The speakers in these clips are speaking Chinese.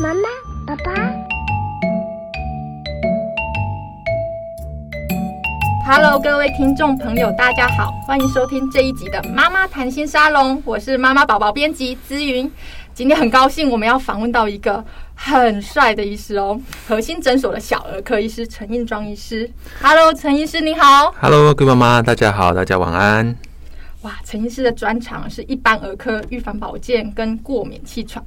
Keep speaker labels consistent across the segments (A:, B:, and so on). A: 妈妈，爸爸。
B: Hello，各位听众朋友，大家好，欢迎收听这一集的《妈妈谈心沙龙》，我是妈妈宝宝编辑资云。今天很高兴，我们要访问到一个很帅的医师哦，核心诊所的小儿科医师陈应庄医师。Hello，陈医师你好。
C: Hello，各位妈妈，大家好，大家晚安。
B: 哇，陈医师的专长是一般儿科、预防保健跟过敏气喘。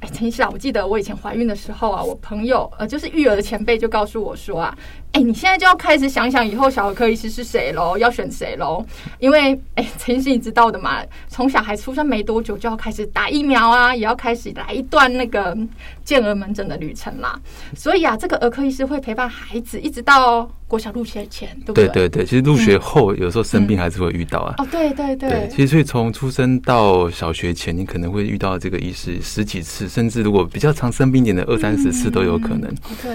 B: 哎，陈医师啊，我记得我以前怀孕的时候啊，我朋友呃，就是育儿的前辈就告诉我说啊，哎，你现在就要开始想想以后小儿科医师是谁喽，要选谁喽，因为哎，陈医师你知道的嘛，从小孩出生没多久就要开始打疫苗啊，也要开始来一段那个健儿门诊的旅程啦，所以啊，这个儿科医师会陪伴孩子一直到国小入学前，对不
C: 对对对，其实入学后有时候生病还是会遇到啊。
B: 哦，对对
C: 对，其实所以从出生到小学前，你可能会遇到这个医师十几次，甚至如果比较常生病一点的二三十
B: 嗯
C: 次都有可能。
B: 对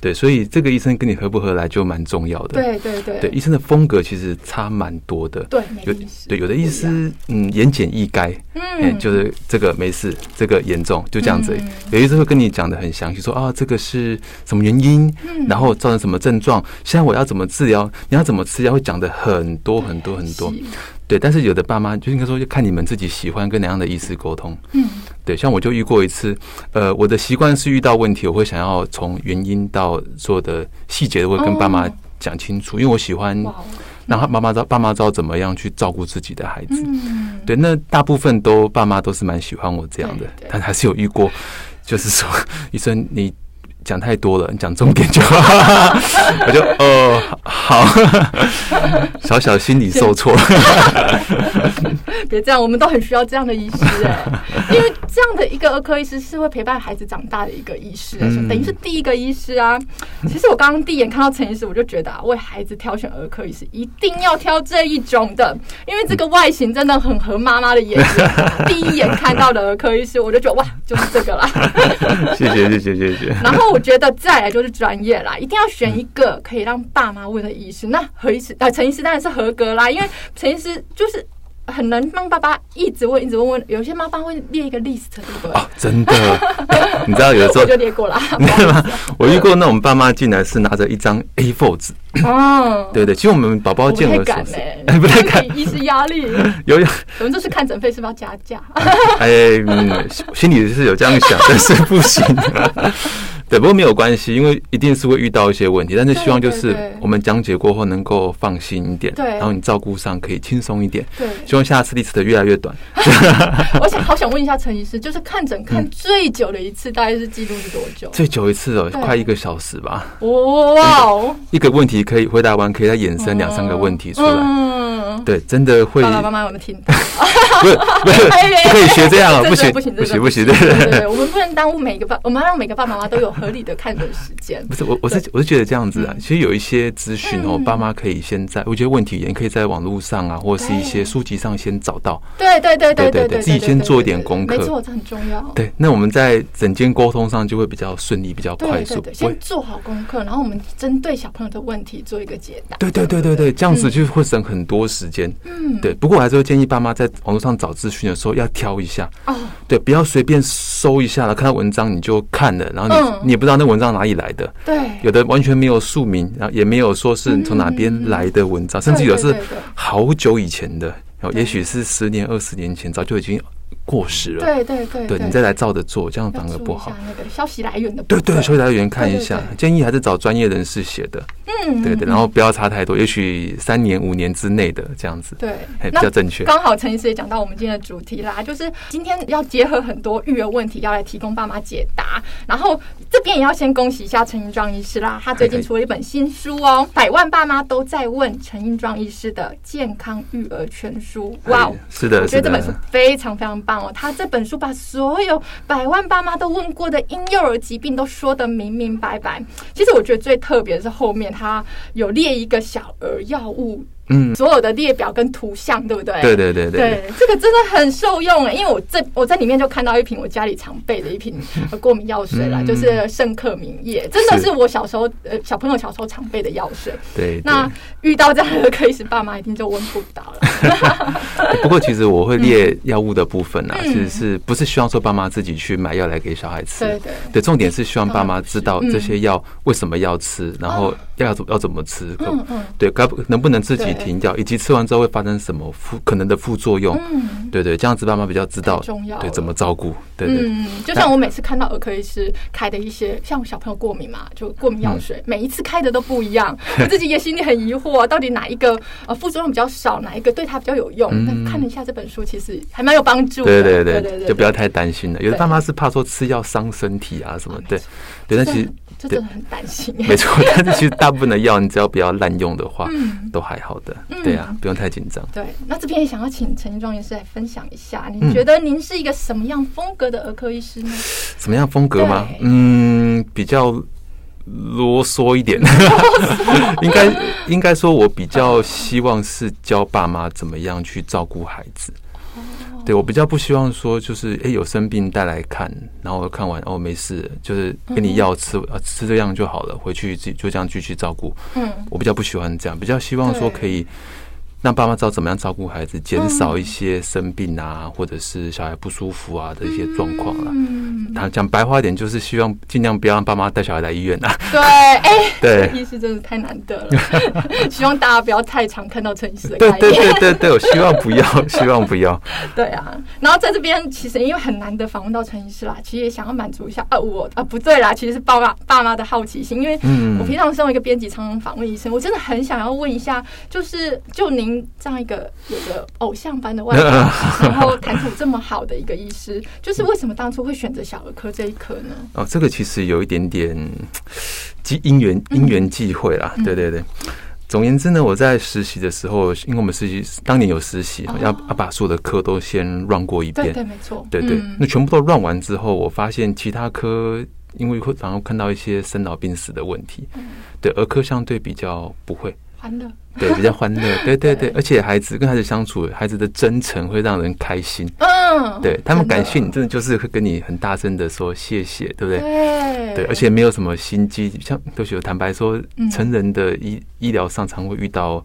C: 对，所以这个医生跟你合不合来就蛮重要的。
B: 对对对
C: 对，医生的风格其实差蛮多的。
B: 对，
C: 有
B: 没意思
C: 对有的医师，嗯，言简意赅，嗯，就是这个没事，这个严重，就这样子
B: 嗯
C: 而已。有医生会跟你讲的很详细，说啊，这个是什么原因，
B: 嗯
C: 然后造成什么症状，现在我要怎么治疗，你要怎么吃药，会讲的很多很多很多
B: 是。
C: 对，但是有的爸妈就应该说，就看你们自己喜欢跟哪样的医师沟通。嗯，对，像我就遇过一次，呃，我的习惯是遇到问题，我会想要从原因到所有的细节，我会跟爸妈
B: 哦
C: 讲清楚，因为我喜欢
B: 哇哦
C: 让他妈妈知道，爸妈知道怎么样去照顾自己的孩子。
B: 嗯，
C: 对，那大部分都爸妈都是蛮喜欢我这样的
B: 对对，
C: 但还是有遇过，就是说医生你讲太多了，你讲重点就好， 我就哦好， 小小心理受挫。
B: 别这样，我们都很需要这样的医师 哎、因为这样的一个儿科医师是会陪伴孩子长大的一个医师、哎
C: 嗯
B: 所以等于是第一个医师啊。其实我刚刚第一眼看到陈医师，我就觉得啊，为孩子挑选儿科医师一定要挑这一种的，因为这个外形真的很合妈妈的眼睛。 第一眼看到的儿科医师，我就觉得哇，就是这个啦。
C: 谢谢谢谢谢谢。
B: 然后我觉得再来就是专业啦，一定要选一个可以让爸妈问的医师。那何医师啊、呃陈医师当然是合格啦，因为陈医师就是很能让爸爸一直问，一直问问。有些妈妈会列一个 list，对不对？
C: 哦，真的， 你知道有时候
B: 我就列过啦。
C: 你知道吗？我遇过那种爸妈进来是拿着一张 A4 纸，
B: 哦，
C: 对对，其实我们宝宝
B: 我不
C: 见
B: 太
C: 我所
B: 敢
C: 是
B: 哎、
C: 哎不太敢，
B: 医师压力。
C: 有有。
B: 我们这次看诊费是不是要加价？
C: 哎，嗯，心里是有这样想，但是不行、 对，不过没有关系，因为一定是会遇到一些问题，但是希望就
B: 对
C: 是
B: 对对
C: 我们讲解过后能够放心一点，
B: 对
C: 然后你照顾上可以轻松一点，
B: 对
C: 希望下次历史的越来越短。
B: 我想好想问一下陈医师，就是看诊看最久的一次大概是记录是多久？
C: 最久一次哦，
B: 对
C: 快一个小时吧，
B: 哇哦，
C: 一个问题可以回答完，可以再衍生两三个问题出来。
B: 嗯，
C: 对，真的会，
B: 爸爸妈妈有没有听到？
C: 不是不是，不可以学这样 啊，
B: 真的
C: 不行
B: 不行
C: 不
B: 真的
C: 行不行，
B: 对
C: 对
B: 对对，我们不能耽误每个爸，我们要让每个爸爸妈妈都有合理的看诊时间。
C: 不是我，我是我是觉得这样子啊，其实有一些资讯哦，爸妈可以先在，我觉得问题也可以在网络上啊，或者是一些书籍上先找到。
B: 对对对对
C: 对
B: 对
C: 对自己先做一点功课
B: 没错，这很重要。
C: 对，那我们在整间沟通上就会比较顺利，比较快
B: 对
C: 速
B: 对。对，
C: 不会
B: 先做好功课，然后我们针对小朋友的问题做一个解答。
C: 对对对对对，这样子就会省很多时间。嗯，对。不过我还是会建议爸妈在网络上找资讯的时候要挑一下，
B: 哦，
C: 对，不要随便搜一下了，看到文章你就看了，然后
B: 嗯
C: 你你也不知道那文章哪里来的，
B: 对，
C: 有的完全没有署名，然后也没有说
B: 嗯
C: 是从哪边来的文章，甚至有的
B: 对
C: 是
B: 对对
C: 好久以前的，然后也许是十年、二十年前，早就已经过时了。
B: 对对对
C: 对，你再来照着做，这样反而不好
B: 要注意一。下那个消息来源的部
C: 对
B: 分。
C: 对，所以来源看一下
B: 对对，对
C: 建议还是找专业人士写的。嗯，对对，然后不要差太多，也许三年、五年之内的这样子。
B: 对
C: 嘿，
B: 那
C: 比较正确
B: 刚好陈医师也讲到我们今天的主题啦，就是今天要结合很多育儿问题，要来提供爸妈解答。然后这边也要先恭喜一下陈英庄医师啦，他最近
C: 嘿嘿
B: 出了一本新书哦，《百万爸妈都在问陈英庄医师的健康育儿全书》。哇哦
C: 嘿！哎是的，
B: 我觉
C: 是
B: 得这本书
C: 的。
B: 非常非常棒哦！他这本书把所有百万爸妈都问过的婴幼儿疾病都说得明明白白。其实我觉得最特别的是后面他有列一个小儿药物嗯，所有的列表跟图像，对不对？
C: 对对对
B: 对，这个真的很受用欸了，因为我这我在里面就看到一瓶我家里常备的一瓶呃过敏药水啦，
C: 嗯
B: 就是圣克明液，真的
C: 是
B: 是我小时候呃小朋友小时候常备的药水。
C: 对。
B: 那遇到这样的 case，爸妈一定就问不到了。
C: 对哎不过其实我会列药物的部分啊，
B: 嗯
C: 其实是不是希望说爸妈自己去买药来给小孩吃？
B: 对对
C: 对，重 点是希望爸妈知道
B: 嗯
C: 这些药为什么要吃，然后要怎要怎么吃，可
B: 嗯嗯
C: 对，该不能不能自己
B: 对
C: 停掉，以及吃完之后会发生什么副可能的副作用。
B: 嗯
C: 对对，这样子爸妈比较知道
B: 太重要了
C: 对怎么照顾。对对
B: 嗯，就像我每次看到儿科医师开的一些，像我小朋友过敏嘛，就过敏药
C: 嗯
B: 水，每一次开的都不一 样，我自己也心里很疑惑、到底哪一个呃副作用比较少，哪一个对他比较有用？
C: 嗯
B: 但看了一下这本书，其实还蛮有帮助
C: 对
B: 的。
C: 对
B: 对
C: 对，就不要太担心了。有的
B: 对
C: 爸妈是怕说吃药伤身体啊什么
B: 啊，没
C: 对
B: 错
C: 对，但其 实
B: 这
C: 对
B: 真的很担心。
C: 没错，但是其实大部分的药你只要不要滥用的话
B: 嗯，
C: 都还好的
B: 嗯。
C: 对啊，不用太紧张。
B: 对，那这边也想要请陈一庄医师来分享一下，
C: 嗯
B: 你觉得您是一个什么样风格的儿科医 师呢？
C: 什么样风格吗
B: 对？
C: 嗯，比较啰嗦一 点，应该应该说，我比较希望是教爸妈怎么样去照顾孩子。
B: 哦
C: 对我比较不希望说，就是诶、有生病带来看，然后看完哦没事，就是给你药吃啊吃这样就好了，回去自己就这样继续照顾。
B: 嗯
C: 我比较不喜欢这样，比较希望
B: 对
C: 说
B: 嗯
C: 可以让爸妈知道怎么样照顾孩子，减少一些生病啊，或者是小孩不舒服啊的一些状况啦。
B: 嗯，
C: 他讲白话一点，就是希望尽量不要让爸妈带小孩来医院 啊。
B: 对，哎、
C: 对，
B: 医师真的太难得了， 希望大家不要太常看到陈医师的
C: 对
B: 概
C: 对
B: 念。
C: 对对对，我希望不 要，希望不要。
B: 对啊，然后在这边其实因为很难得访问到陈医师啦，其实也想要满足一下啊我啊不对啦，其实是爸妈爸妈的好奇心，因为
C: 嗯
B: 我平常身为一个编辑，常常访问医生，我真的很想要问一下，就是就您这样一个有着偶像般的外 表，然后谈吐这么好的一个医师，就是为什么当初会选择小儿科这一科呢？
C: 哦，这个其实有一点点机因缘
B: 嗯
C: 因缘际会啦。对对对。总而言之呢，我在实习的时候，因为我们实习当年有实习，
B: 哦
C: 要要把所有的科都先 run 过一
B: 对
C: 遍
B: 对，。没错，
C: 对对
B: 嗯，
C: 那全部都 run 完之后，我发现其他科因为会常常看到一些生老病死的问题，
B: 嗯
C: 对儿科相对比较不会。
B: 完了，
C: 对，比较欢乐，对对对
B: 对，
C: 而且孩子跟孩子相处，孩子的真诚会让人开心。
B: 嗯，
C: 对他们
B: 真的
C: 感谢你，真的就是会跟你很大声的说谢谢，对不对？
B: 对
C: 对，而且没有什么心机，像都是有坦白说
B: 嗯，
C: 成人的医医疗上常会遇到，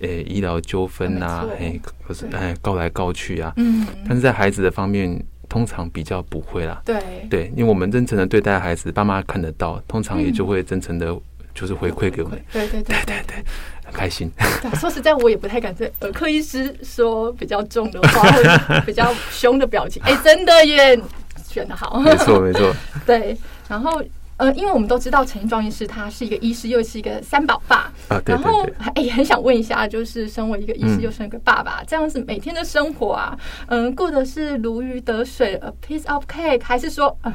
C: 诶、医疗纠纷啊，
B: 没
C: 诶、
B: 错
C: 可是
B: 对
C: 哎告来告去啊，
B: 嗯，
C: 但是在孩子的方面，通常比较不会啦。
B: 对
C: 对，因为我们真诚的对待孩子，爸妈看得到，通常也
B: 嗯
C: 就会真诚的，就是回馈给我们，，
B: 对对对对对。
C: 很开心。
B: 对啊说实在，我也不太敢呃对耳科医师说比较重的话，或者比较凶的表 情。哎、真的耶，选的好。
C: 没错，没错。
B: 对，然后呃，因为我们都知道陈义庄医师他是一个医师，又是一个三宝爸
C: 啊对对
B: 然后
C: 对
B: 哎、很想问一下，就是身为一个医师
C: 嗯
B: 又是一个爸爸，这样子每天的生活啊，嗯、过的是如鱼得水，a piece of cake，还是说，呃、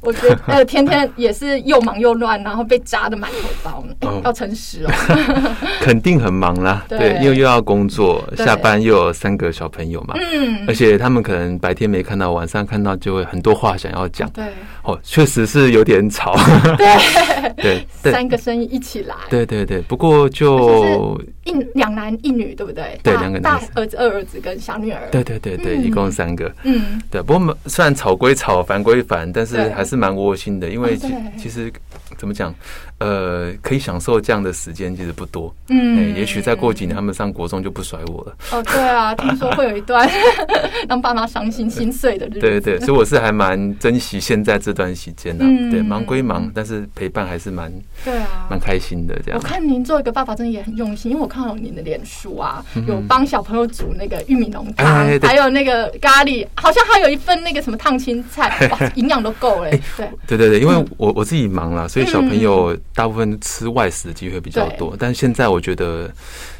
B: 我觉得呃，天天也是又忙又乱，然后被扎的满头包呢？哎
C: 哦
B: 要诚实 哦。
C: 肯定很忙啦，
B: 对
C: 对，因为又要工作，
B: 对
C: 下班又有三个小朋友嘛，
B: 嗯
C: 而，且他们可能白天没看到，晚上看到就会很多话想要讲，
B: 对。
C: 哦，确实是有 点吵， 对对
B: 三个生意一起来，
C: 对对对，不过
B: 就
C: 就是
B: 一两男一女，对不对？
C: 对
B: 大
C: 两个
B: 大
C: 男生
B: 儿子、二儿子跟小女儿。
C: 对对对对，
B: 嗯
C: 一共三个，
B: 嗯，
C: 对，不过我们虽然吵归吵，烦归烦，但是
B: 对
C: 还是蛮窝心的，因为
B: 哦
C: 其
B: 对
C: 其实怎么讲，呃，可以享受这样的时间其实不多，
B: 嗯
C: 哎也许再过几年他们上国中就不甩我了。
B: 哦，对啊，听说会有一段 让爸妈伤心心碎的日子。
C: 对对，所以我是还蛮珍惜现在这段时间的、啊
B: 嗯
C: 对，忙归忙，但是陪伴还是蛮
B: 对啊
C: 蛮。开心的这
B: 我
C: 样。
B: 看您做一个爸爸真的也很用心，因为我看到您的脸书啊，有帮小朋友煮那个玉米浓汤，
C: 嗯哎对
B: 还有那个咖喱，好像还有一份那个什么烫青菜， 哇，营养都够
C: 哎
B: 嘞。对，
C: 对对对，因
B: 嗯
C: 为我我自己忙啦，所以小朋友大部分吃外食的机会比较多。但现在我觉得，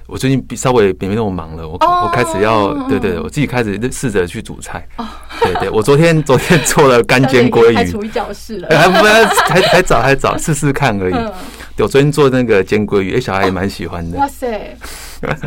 C: 我最近比稍微没那么忙了，我、
B: 哦
C: 我开始要
B: 嗯嗯哦
C: 对对，我自己开始试着去煮菜。对对，我昨天昨天做了干煎鲑
B: 开
C: 鱼
B: 厨，艺教室了。
C: 哎还不还还早还早，试试看而已。
B: 嗯，
C: 对，我昨天做那个煎鲑鱼，哎，小孩也蛮喜欢的
B: 哇。塞，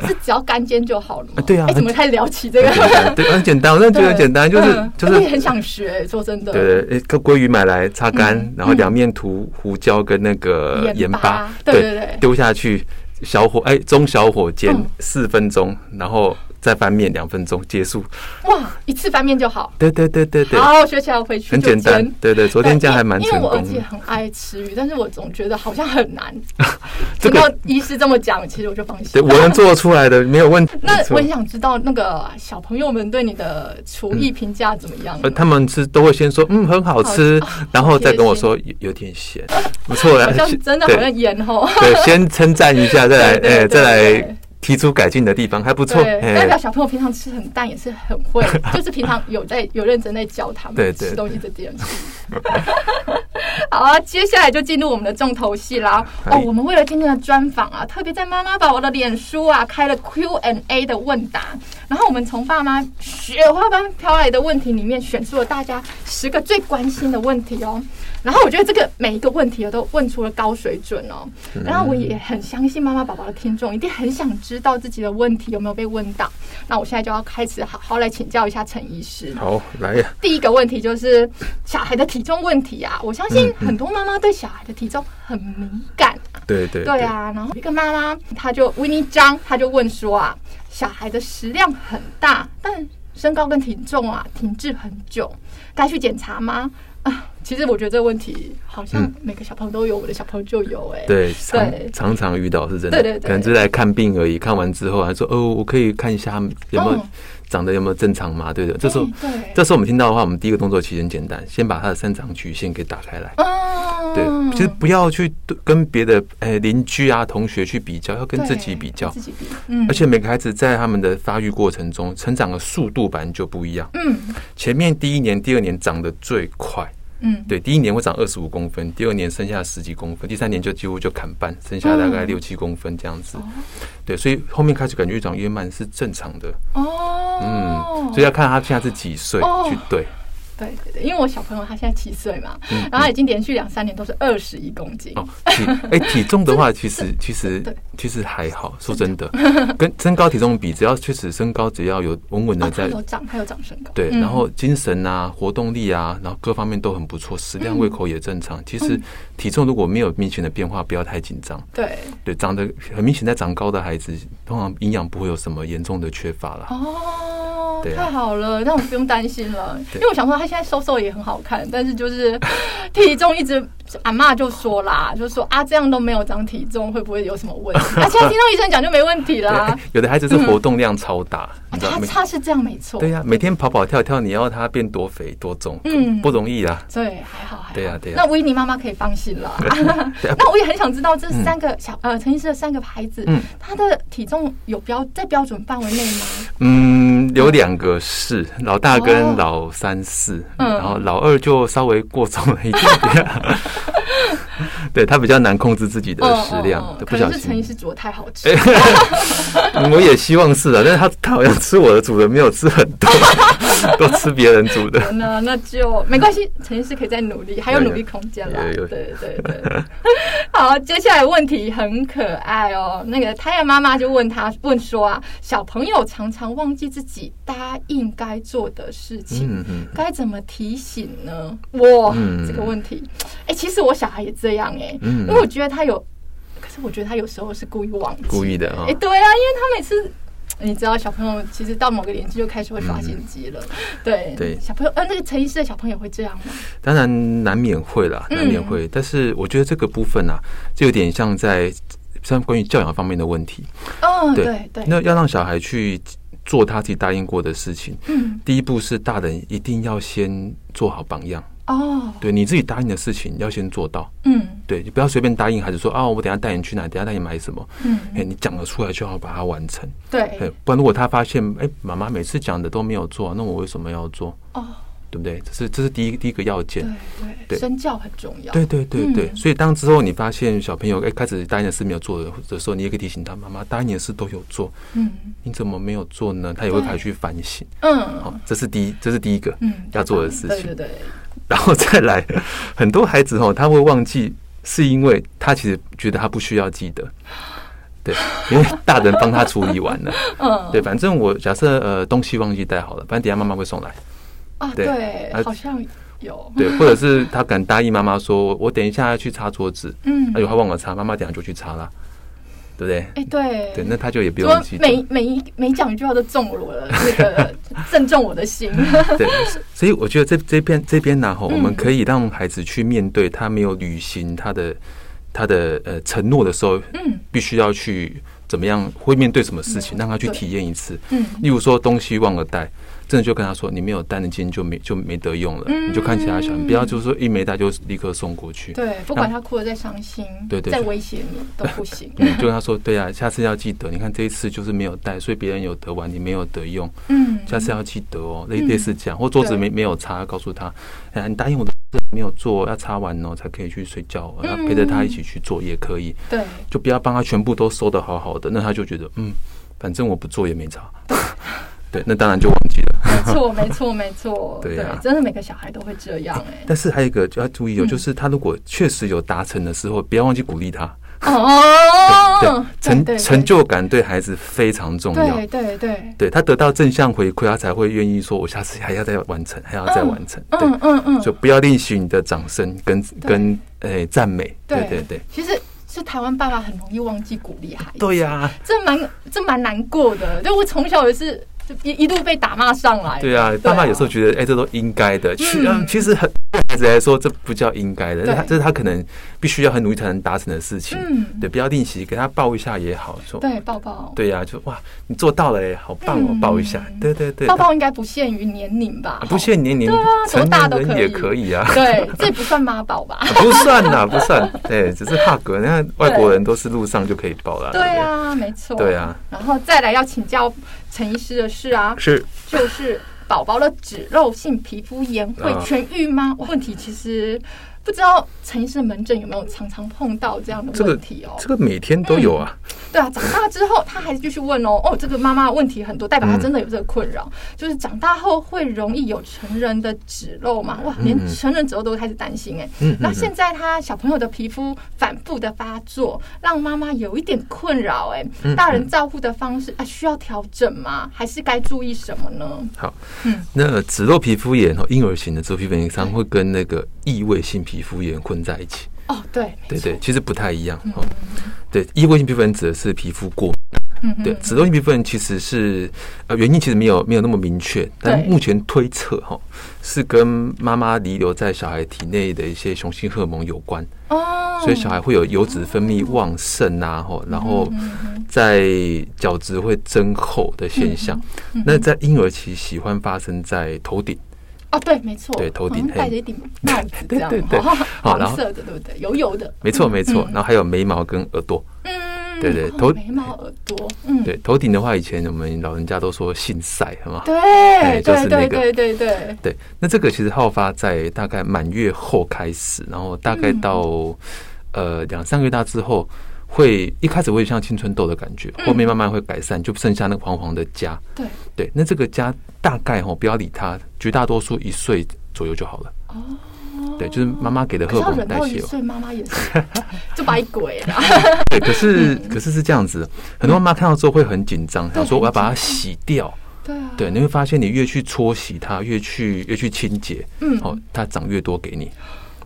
B: 是只要干煎就好了吗
C: 啊？对啊
B: 哎，怎么开始聊起这个
C: 很？简单对，很简单，我真的觉得很简单，就是
B: 嗯
C: 就是
B: 我也很想学，说真的，
C: 对对，一个鲑鱼买来擦干，
B: 嗯
C: 然后两面涂胡椒跟那个
B: 盐
C: 盐
B: 巴
C: 巴，
B: 对对对嗯
C: 丢下去。小火哎中小火煎四分钟，然后再翻面两分钟结束。
B: 哇，一次翻面就好。
C: 对对对对对，
B: 好，学起来我回去
C: 很
B: 就
C: 简单
B: 煎。
C: 对对，昨天这样还蛮
B: 因为
C: 成
B: 因为我儿
C: 功
B: 子也
C: 的。
B: 很爱吃鱼，但是我总觉得好像很 难。
C: 这
B: 听
C: 个
B: 到医师这么讲，其实我就放心
C: 对，
B: 了。
C: 我能做出来的没有问题。
B: 那
C: 没错
B: 我很想知道那个小朋友们对你的厨艺评价怎么样？
C: 嗯呃，他们是都会先说嗯很好吃，然后再跟我
B: 贴心
C: 说有有 点咸，不错啊啦
B: 好，像真的好
C: 对
B: 像盐哦。
C: 对，先称赞一下，再来，
B: 对对
C: 哎，
B: 对
C: 再
B: 对
C: 来提出改进的地方，还不错，
B: 对，代表
C: 哎，
B: 小朋友平常吃很淡也是很 会，就是平常有在有认真在教他们
C: 对对
B: 吃东西这件事。 好啊，接下来就进入我们的重头戏啦。
C: 哎
B: 哦，我们为了今天的专访啊，特别在妈妈把我的脸书啊开了 Q&A 的问答，然后我们从爸妈雪花般飘来的问题里面选出了大家十个最关心的问题哦。然后我觉得这个每一个问题我哦都问出了高水准哦。然后我也很相信妈妈宝宝的听众一定很想知道自己的问题有没有被问到。那我现在就要开始好好来请教一下陈医师。
C: 好，来呀，
B: 第一个问题就是小孩的体重问题啊，我相信很多妈妈对小孩的体重很敏感。
C: 对对
B: 对，啊，然后一个妈妈她就维尼张，她就问说啊，小孩的食量很大，但身高跟体重啊停滞很久，该去检查吗？啊，其实我觉得这个问题好像
C: 嗯
B: 每个小朋友都有，我的小朋友就有哎、
C: 对，常
B: 对
C: 常常遇到是真
B: 对对
C: 的，
B: 对
C: 可能只是来看病而已，看完之后还说，哦，我可以看一下他们有没有
B: 嗯
C: 长得有没有正常嘛，对不对？这时候
B: 哎，对
C: 这时候我们听到的话，我们第一个动作其实很简单，先把他的生长曲线给打开来。
B: 嗯，
C: 对，其实不要去跟别的诶邻居啊、同学去比较，要跟自己比较
B: 对。自己比，嗯，
C: 而且每个孩子在他们的发育过程中，成长的速度本来就不一样。
B: 嗯
C: 前面第一年、第二年长得最快，
B: 嗯，
C: 对，第一年会长二十五公分，第二年剩下十几公分，第三年就几乎就砍半，剩下大概
B: 嗯哦
C: 六七公分这样子。对，所以后面开始感觉越长越慢是正常的，
B: 哦，
C: 嗯，所以要看他现在是几岁
B: 哦
C: 去对。
B: 对对对，因为我小朋友他现在七岁嘛，然后他已经连续两三年都是二十一公斤，
C: 嗯哦，体哎、体重的话，其 实其实
B: 对
C: 其实还好，说真的，跟身高体重比，只要确实身高只要有稳稳的
B: 哦他
C: 在。
B: 有长，他有长身高，
C: 对，
B: 嗯
C: 然后精神啊、活动力啊，然后各方面都很不错，食量、胃口也正
B: 嗯
C: 常。其实体重如果没有明显的变化，不要太紧张。
B: 对，
C: 对，长得很明显在长高的孩子，通常营养不会有什么严重的缺乏啦。
B: 哦，
C: 对啊
B: 太好了，那我不用担心了，因
C: 对
B: 为我想说他现在瘦瘦也很好看，但是就是 体重一直，阿嬷就说啦，就说啊这样都没有长体重，会不会有什么问 题？啊，现在听到医生讲就没问题
C: 对，
B: 啦
C: 哎。 有的孩子是活动量超大，你知道
B: 啊嗯哦他
C: 每
B: 他是这样没错，
C: 对呀、每天跑跑跳跳，你要他变多肥多重，
B: 嗯
C: 不容易啊啦。
B: 对，还好，还好。
C: 对呀对呀
B: 那维尼妈妈可以放心 了。 那我也很想知道这三个小、呃陈医师的三个孩子，
C: 嗯
B: 他的体重有标在标准范围内吗？
C: 嗯，有两个是老大
B: 哦
C: 跟老三是，
B: 嗯
C: 然后老二就稍微过重了一点 点，对他比较难控制自己的食呃量，
B: 哦哦哦
C: 对不
B: 可
C: 小
B: 能是陈医
C: 心。
B: 师煮的太好吃。
C: 嗯我也希望是的，但是他他好像吃我的煮的，没有吃 很多，都吃别人煮的。
B: 那那就没关系，陈医师可以再努力，还有
C: 有有
B: 努力空间啦。
C: 有有
B: 对对对。 好，接下来问题很可爱哦。那个太阳妈妈就问他问说啊，小朋友常常忘记自己答应该做的事情
C: 嗯嗯，
B: 该、怎么提醒呢？哇，
C: 嗯
B: 这个问题，哎、其实我小孩也这样哎、
C: 嗯
B: 因为我觉得他有，可是我觉得他有时候是故意忘记，
C: 故意的啊
B: 哎、对啊，因为他每次。你知道小朋友其实到某个年纪就开始会耍心机了，对
C: 嗯对
B: 小朋友，呃，那个陈医师的小朋友会这样吗？
C: 当然难免会啦，
B: 嗯
C: 难免会。但是我觉得这个部分啊，就有点像在像关于教养方面的问题。
B: 嗯，
C: 对
B: 对对，
C: 那要让小孩去做他自己答应过的事情，
B: 嗯，
C: 第一步是大人一定要先做好榜样。
B: 哦，
C: 对你自己答应的事情要先做到，
B: 嗯
C: 对你不要随便答应孩子说啊，我等一下带你去哪，等一下带你买什么，
B: 嗯，
C: 哎，你讲得出来就要把它完成，哎
B: 对，，
C: 不然如果他发现哎，妈妈每次讲的都没有做，那我为什么要做，
B: 哦，
C: 对不对？这是这是第一第一个要件
B: 对。对，
C: 对
B: 身教很重要，
C: 对对对对，
B: 嗯
C: 所以当之后你发现小朋友哎开始答应的事没有做的的时候，你也可以提醒他妈妈答应你的事都有做，
B: 嗯
C: 你怎么没有做呢？他也会
B: 对
C: 开始去反省。好
B: 嗯，
C: 这是第一，这是第一个
B: 嗯，
C: 要做的事情。
B: 对对对，
C: 然后再来，很多孩子哦，他会忘记，是因为他其实觉得他不需要记得，对，因为大人帮他处理完了。
B: 嗯
C: 对，反正我假设呃东西忘记带好了，反正等一下妈妈会送来。
B: 啊，
C: 对
B: 对，
C: 啊
B: 好像有，
C: 对，或者是他敢答应妈妈说，我等一下要去擦桌子，哎
B: 嗯
C: 那有他忘了擦，妈妈等一下就去擦啦。对不对？
B: 哎，对
C: 对，那他就也不
B: 如
C: 用
B: 果
C: 记住。
B: 每每一每讲一句话都中我了，那个 正中我的心。
C: 对，所所以我觉得这这边这边呢，哈，
B: 嗯
C: 我们可以让孩子去面对他没有履行他的他的呃承诺的时候，
B: 嗯
C: 必须要去怎么样会面对什么事情，
B: 嗯
C: 让他去
B: 对
C: 体验一次。
B: 嗯，
C: 例如说东西忘了带，真的就跟他说你没有带，你今天就没就没得用了，
B: 嗯
C: 你就看其他小孩，不要就是说一没带就立刻送过去。
B: 对，不管他哭的再伤心，
C: 对对
B: 再
C: 对
B: 威胁你都不行。
C: 嗯，就跟他说，对啊，下次要记得。你看这一次就是没有带，所以别人有得玩，你没有得用，
B: 嗯，
C: 下次要记得哦。类
B: 嗯
C: 类似这样，或桌子
B: 对
C: 没没有擦，告诉他，哎呀，你答应我的事没有做，要擦完哦才可以去睡觉，
B: 嗯
C: 然后陪着他一起去做也可以，
B: 对，
C: 就不要帮他全部都收的好好的，那他就觉得嗯，反正我不做也没 差。对，那当然就忘记了。
B: 没错，没错，没错，
C: 对啊
B: 真的每个小孩都会这样哎、
C: 但是还有一个就要注意哦，
B: 嗯
C: 就是他如果确实有达成的时候，不要忘记鼓励他。
B: 哦
C: 对，，成
B: 对对
C: 成就感对孩子非常重要。
B: 对对对，
C: 对他得到正向回馈，他才会愿意说，我下次还要再完成，还要再完成。
B: 嗯嗯嗯
C: 对，，就不要吝惜你的掌声跟跟诶赞美。对对对，
B: 其实是台湾爸爸很容易忘记鼓励孩子，
C: 对呀、
B: 这蛮这蛮难过的。就我从小也是就一一路被打骂上来，
C: 对啊，爸妈有时候觉得，哎、这都应该的。去，嗯，其实很对孩子来说，这不叫应该的，
B: 对
C: 他这是他可能必须要很努力才能达成的事情。
B: 嗯
C: 对，不要吝惜，给他抱一下也好。说，
B: 对抱抱，
C: 对呀、啊就哇，你做到了哎，好棒哦，
B: 嗯
C: 抱一下。对对对，
B: 抱抱应该不限于年龄吧
C: 啊，？不限年龄，
B: 对啊
C: 成
B: 多大都
C: 年人
B: 可
C: 也
B: 以
C: 可以啊。
B: 对，这不算妈宝吧？
C: 不算啦，不算，对，只是哈格，你看外国人都是路上就可以抱啦。
B: 对
C: 呀，
B: 啊，没错。
C: 对啊，
B: 然后再来要请教陈医师的是啊，
C: 是，
B: 就是宝宝的脂漏性皮肤炎会
C: 啊
B: 痊愈吗？哇问题其实不知道陈医师的门诊有没有常常碰到这样的
C: 这个
B: 问题哦？
C: 这个每天都有啊，
B: 对啊，长大之后他还继续问哦，哦，这个妈妈的问题很多，代表她
C: 嗯
B: 真的有这个困扰，就是长大后会容易有成人的脂漏嘛？哇，连
C: 嗯嗯
B: 成人脂漏都开始担心哎、
C: 嗯，
B: 那
C: 嗯
B: 现在他小朋友的皮肤反复的发作，让妈妈有一点困扰哎、
C: 嗯
B: 大人照顾的方式啊需要调整吗？还是该注意什么呢？
C: 好，
B: 嗯
C: 那紫肉皮肤炎哦，婴儿型的紫肉皮肤炎常常会跟那个异位性皮肤炎混在一起，
B: 哦，对，
C: 对对，其实不太一样哦。对，异位性皮肤炎指的是皮肤过敏，
B: 嗯哼
C: 对，紫肉性皮肤炎其实是呃原因其实没有没有那么明确，但
B: 对
C: 目前推测哈是跟妈妈遗留在小孩体内的一些雄性荷尔蒙有关。
B: 哦，
C: 所以小孩会有油脂分泌旺盛啊，吼，然后
B: 嗯哼
C: 在角质会增厚的现象。
B: 嗯
C: 那在婴儿期喜欢发生在头顶，
B: 哦，对，没错，
C: 对头顶
B: 好像戴着一顶帽子这样，
C: 对对对
B: 哦
C: 好然
B: 黄
C: 后
B: 色的，对不对？油油的，
C: 没错没错。
B: 嗯
C: 然后还有眉毛跟耳朵，
B: 嗯，
C: 对对
B: 哦
C: 头
B: 眉毛、耳朵，嗯，
C: 对头顶的话，以前我们老人家都说性晒，好吗？
B: 对，
C: 就是
B: 对，对，
C: 那个
B: 对，对，对，
C: 对，那这个其实好发在大概满月后开始，然后大概到、
B: 嗯
C: 呃两三个月大之后，会一开始会像青春痘的感觉，
B: 嗯
C: 后面慢慢会改善，就剩下那个黄黄的痂。
B: 对，
C: 对，那这个痂大概吼、不要理它，绝大多数一岁左右就好了。
B: 哦。
C: 对，就是妈妈给的
B: 可是
C: 荷
B: 要
C: 尔
B: 忍
C: 蒙代
B: 到一
C: 谢哦。
B: 岁，妈妈也是就把你鬼了。
C: 对，可是可是是这样子，很多妈妈看到之后会很紧张，想
B: 嗯
C: 说我要把它洗掉。
B: 对啊，
C: 对，你会发现你越去搓洗它，越去越去清洁，
B: 嗯
C: 哦，它长越多给你。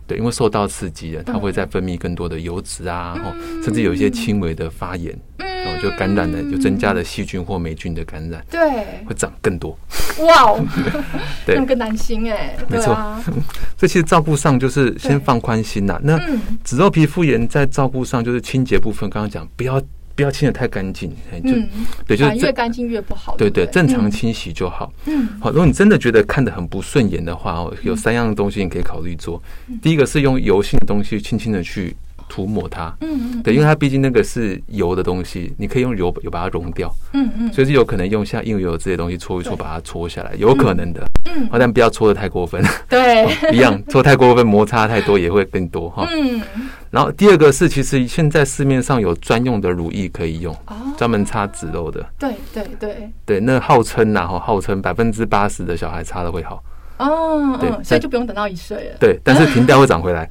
C: 对，因为受到刺激了，
B: 嗯
C: 它会再分泌更多的油脂啊，哦，甚至有一些轻微的发炎，然
B: 음.嗯
C: 后就感染了，就增加了细菌或霉菌的感染，
B: 对，
C: 会长更多。
B: 哇哦，
C: 对
B: 那更担心哎，
C: 没
B: 对
C: 错
B: 啊，
C: 所以其实照顾上就是先放宽心啦。那
B: 嗯
C: 脂漏皮肤炎在照顾上就是清洁部分，刚刚讲不要不要清的太干净，哎就、
B: 嗯，
C: 对，就是
B: 反而
C: 正
B: 越干净越嗯不好。
C: 对
B: 对
C: 对
B: 不对，
C: 正常清洗就好。
B: 嗯
C: 好，如果你真的觉得看得很不顺眼的话，哦，有三样东西你可以考虑做。
B: 嗯
C: 第一个是用油性的东西轻轻的去涂抹它，
B: 嗯嗯
C: 对，因为它毕竟那个是油的东西，你可以用油油把它溶掉，
B: 嗯嗯
C: 所以是有可能用像硬油这些东西搓一搓
B: 对
C: 把它搓下来，有可能的。哦
B: 嗯，
C: 好，但不要搓的太过分，哦
B: 对，
C: 一样搓太过分摩擦太多也会更多哈。
B: 嗯
C: 然后第二个是，其实现在市面上有专用的乳液可以用，
B: 哦，
C: 专门擦脂漏的。
B: 对对对，
C: 对，那号称呐、哈，号称百分之八十的小孩擦的会好，
B: 아,哦，
C: 对
B: 嗯，所以
C: 但
B: 就不用等到一岁了，
C: 对，但是停掉会长回 来，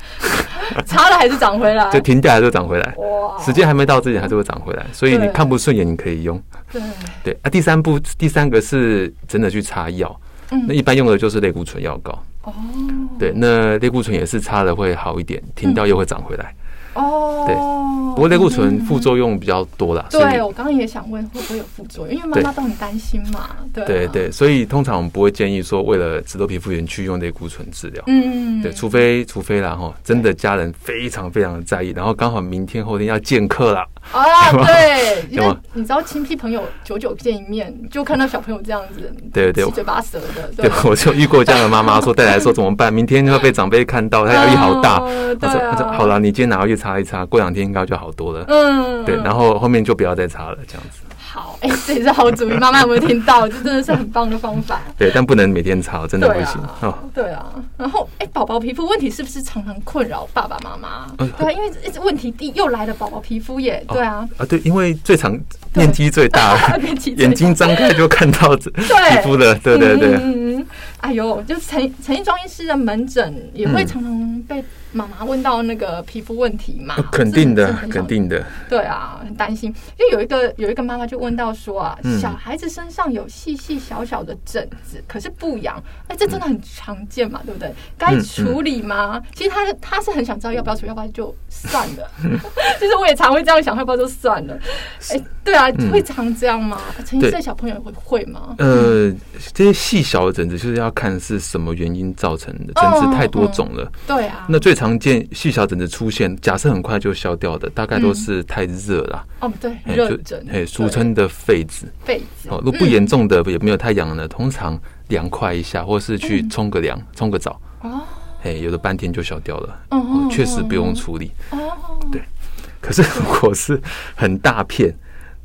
B: 擦了还是长回来
C: 就。停掉还是会长回来，
B: 哇，
C: 时间还没到之前还是会长回来，所以你
B: 哦对
C: 看不顺眼你可以用。
B: 对，
C: 对啊，第三步，第三个是真的去擦药，那
B: 嗯
C: 一般用的就是类固醇药膏，
B: 哦 아.
C: 对，那类固醇也是擦的会好一点，停掉又会长回来，
B: 哦，
C: 对不过类固醇副作用比较多啦，所以
B: 对，我刚刚也想问会不会有副作用，因为妈妈都很担心嘛。对 啊
C: 对，对，所以通常我们不会建议说为了脂痘皮肤炎去用类固醇治疗。
B: 嗯，
C: 对，除非除非啦哈，真的家人非常非常的在意，然后刚好明天后天要见客啦，
B: 啊，对，因
C: 有吗
B: 为你知道亲戚朋友久久见一面，就看到小朋友这样子，
C: 对对
B: 七嘴八舌的，
C: 对我就遇过这样的妈妈说带来说怎么办？明天要被长辈看到，她压力好大。
B: 嗯
C: 我说
B: 对啊
C: 我说好了，你今天拿回去擦一擦，过两天应该就好多了。
B: 嗯，
C: 对，然后后面就不要再擦了，这样子。
B: 好，哎、这也是好主意，妈妈有没有听到？这真的是很棒的方法。
C: 对，但不能每天擦，真的
B: 对
C: 不行
B: 啊，
C: 哦。
B: 对啊。然后，哎、宝宝皮肤问题是不是常常困扰爸爸妈妈？
C: 嗯
B: 对啊，因为一直问题地又来了，宝宝皮肤也对啊，，
C: 啊，对，因为最常面积最大
B: 年纪
C: 眼睛张开就看到这
B: 对
C: 皮肤了。对对对，
B: 嗯嗯嗯哎呦，就陈陈义庄医师的门诊也会
C: 嗯
B: 常常被妈妈问到那个皮肤问题嘛，
C: 呃肯定
B: 是
C: 的
B: 不是，很少
C: 肯定的。
B: 对啊，很担心，因为有一个有一个妈妈就问到说啊，
C: 嗯
B: 小孩子身上有细细小小的疹子，可是不痒，哎，这真的很常见
C: 嗯
B: 嘛，对不对？该处理吗？其实他他是很想知道要不要处理，要不然就算 了。 其实我也常会这样想，要不要就算了。哎，对啊，会常这样吗？陈医生
C: 嗯对
B: 的小朋友会会吗？
C: 呃，这些细小的疹子就是要看是什么原因造成的，疹
B: 哦
C: 子太多
B: 哦
C: 种了。
B: 对啊，
C: 那最常见细小疹子出现，假设很快就消掉的，大概都是太热啦，
B: 哦对，
C: 嘿
B: 热
C: 哎就
B: 疹，
C: 嘿，俗称的痱子。
B: 对痱子
C: 哦，如果不严重的，也没有太痒的，通常凉快一下，或是
B: 嗯
C: 去冲个凉、冲个澡，
B: 哦，
C: 嘿，有的半天就消掉了，
B: 嗯
C: 哦
B: 嗯，
C: 确实
B: 嗯
C: 不用处理。
B: 哦，
C: 对可是如果是很 大片，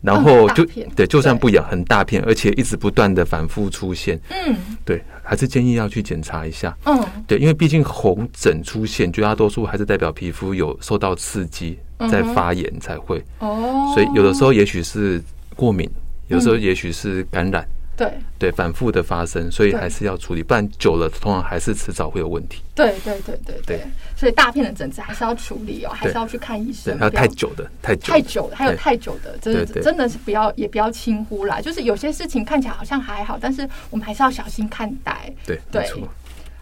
C: 然后就
B: 嗯大片
C: 对，就算不痒，很大片，而且一直不断的反复出现，
B: 嗯
C: 对，还是建议要去检查一下。
B: 嗯
C: 对，因为毕竟红疹出现，绝大多数还是代表皮肤有受到刺激，在
B: 嗯哼
C: 发炎才会。
B: 哦，
C: 所以有的时候也许是过敏，有时候也许是感染，
B: 对。
C: 对，反复的发生，所以
B: 嗯对
C: 还是要处理，不然久了通常还是迟早会有问题。
B: 对对对对对
C: 对，
B: 所以大片的疹子还是要处理哦，还是要去看医
C: 对
B: 生，。
C: 还有
B: 不要
C: 太久的，太久
B: 太
C: 的，
B: 久了，还有
C: 对
B: 太久的，真的
C: 对对
B: 真的是不要也不要轻忽啦。就是有些事情看起来好像还好，但是我们还是要小心看待。
C: 对，
B: 对
C: 没错。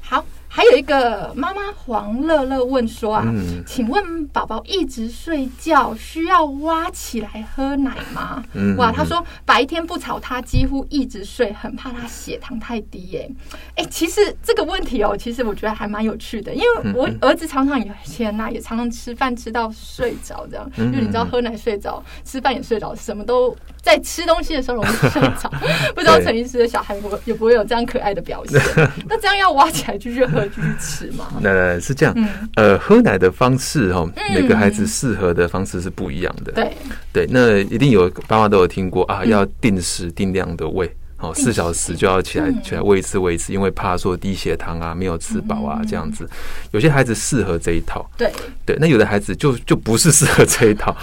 B: 好，还有一个妈妈黄乐乐问说啊，
C: 嗯
B: 请问宝宝一直睡觉需要挖起来喝奶吗？
C: 嗯
B: 哇，
C: 嗯
B: 她说白天不吵他，几乎一直睡，很怕他血糖太低耶、哎、其实这个问题哦，其实我觉得还蛮有趣的，因为我
C: 嗯
B: 儿子常常以前呐、也常常吃饭吃到睡着，这
C: 嗯
B: 样，因为你知道喝奶睡着，吃饭也睡着，什么都在吃东西的时候容易睡 着。不知道
C: 对
B: 陈医师的小孩我也不会有这样可爱的表 现。那这样要挖起来继续喝继续吃嗯吗？
C: 那是这样，呃，喝奶的方式哈，每个孩子适合的方式是不一样的。
B: 嗯对，嗯
C: 对，那一定有爸妈都有听过啊，要定时定量的喂，好、四小时就要起来
B: 嗯
C: 起来喂一次喂一次，因为怕说低血糖啊，没有吃饱啊
B: 嗯
C: 这样子。有些孩子适合这一套，
B: 对，
C: 对，那有的孩子就就不是适合这一套，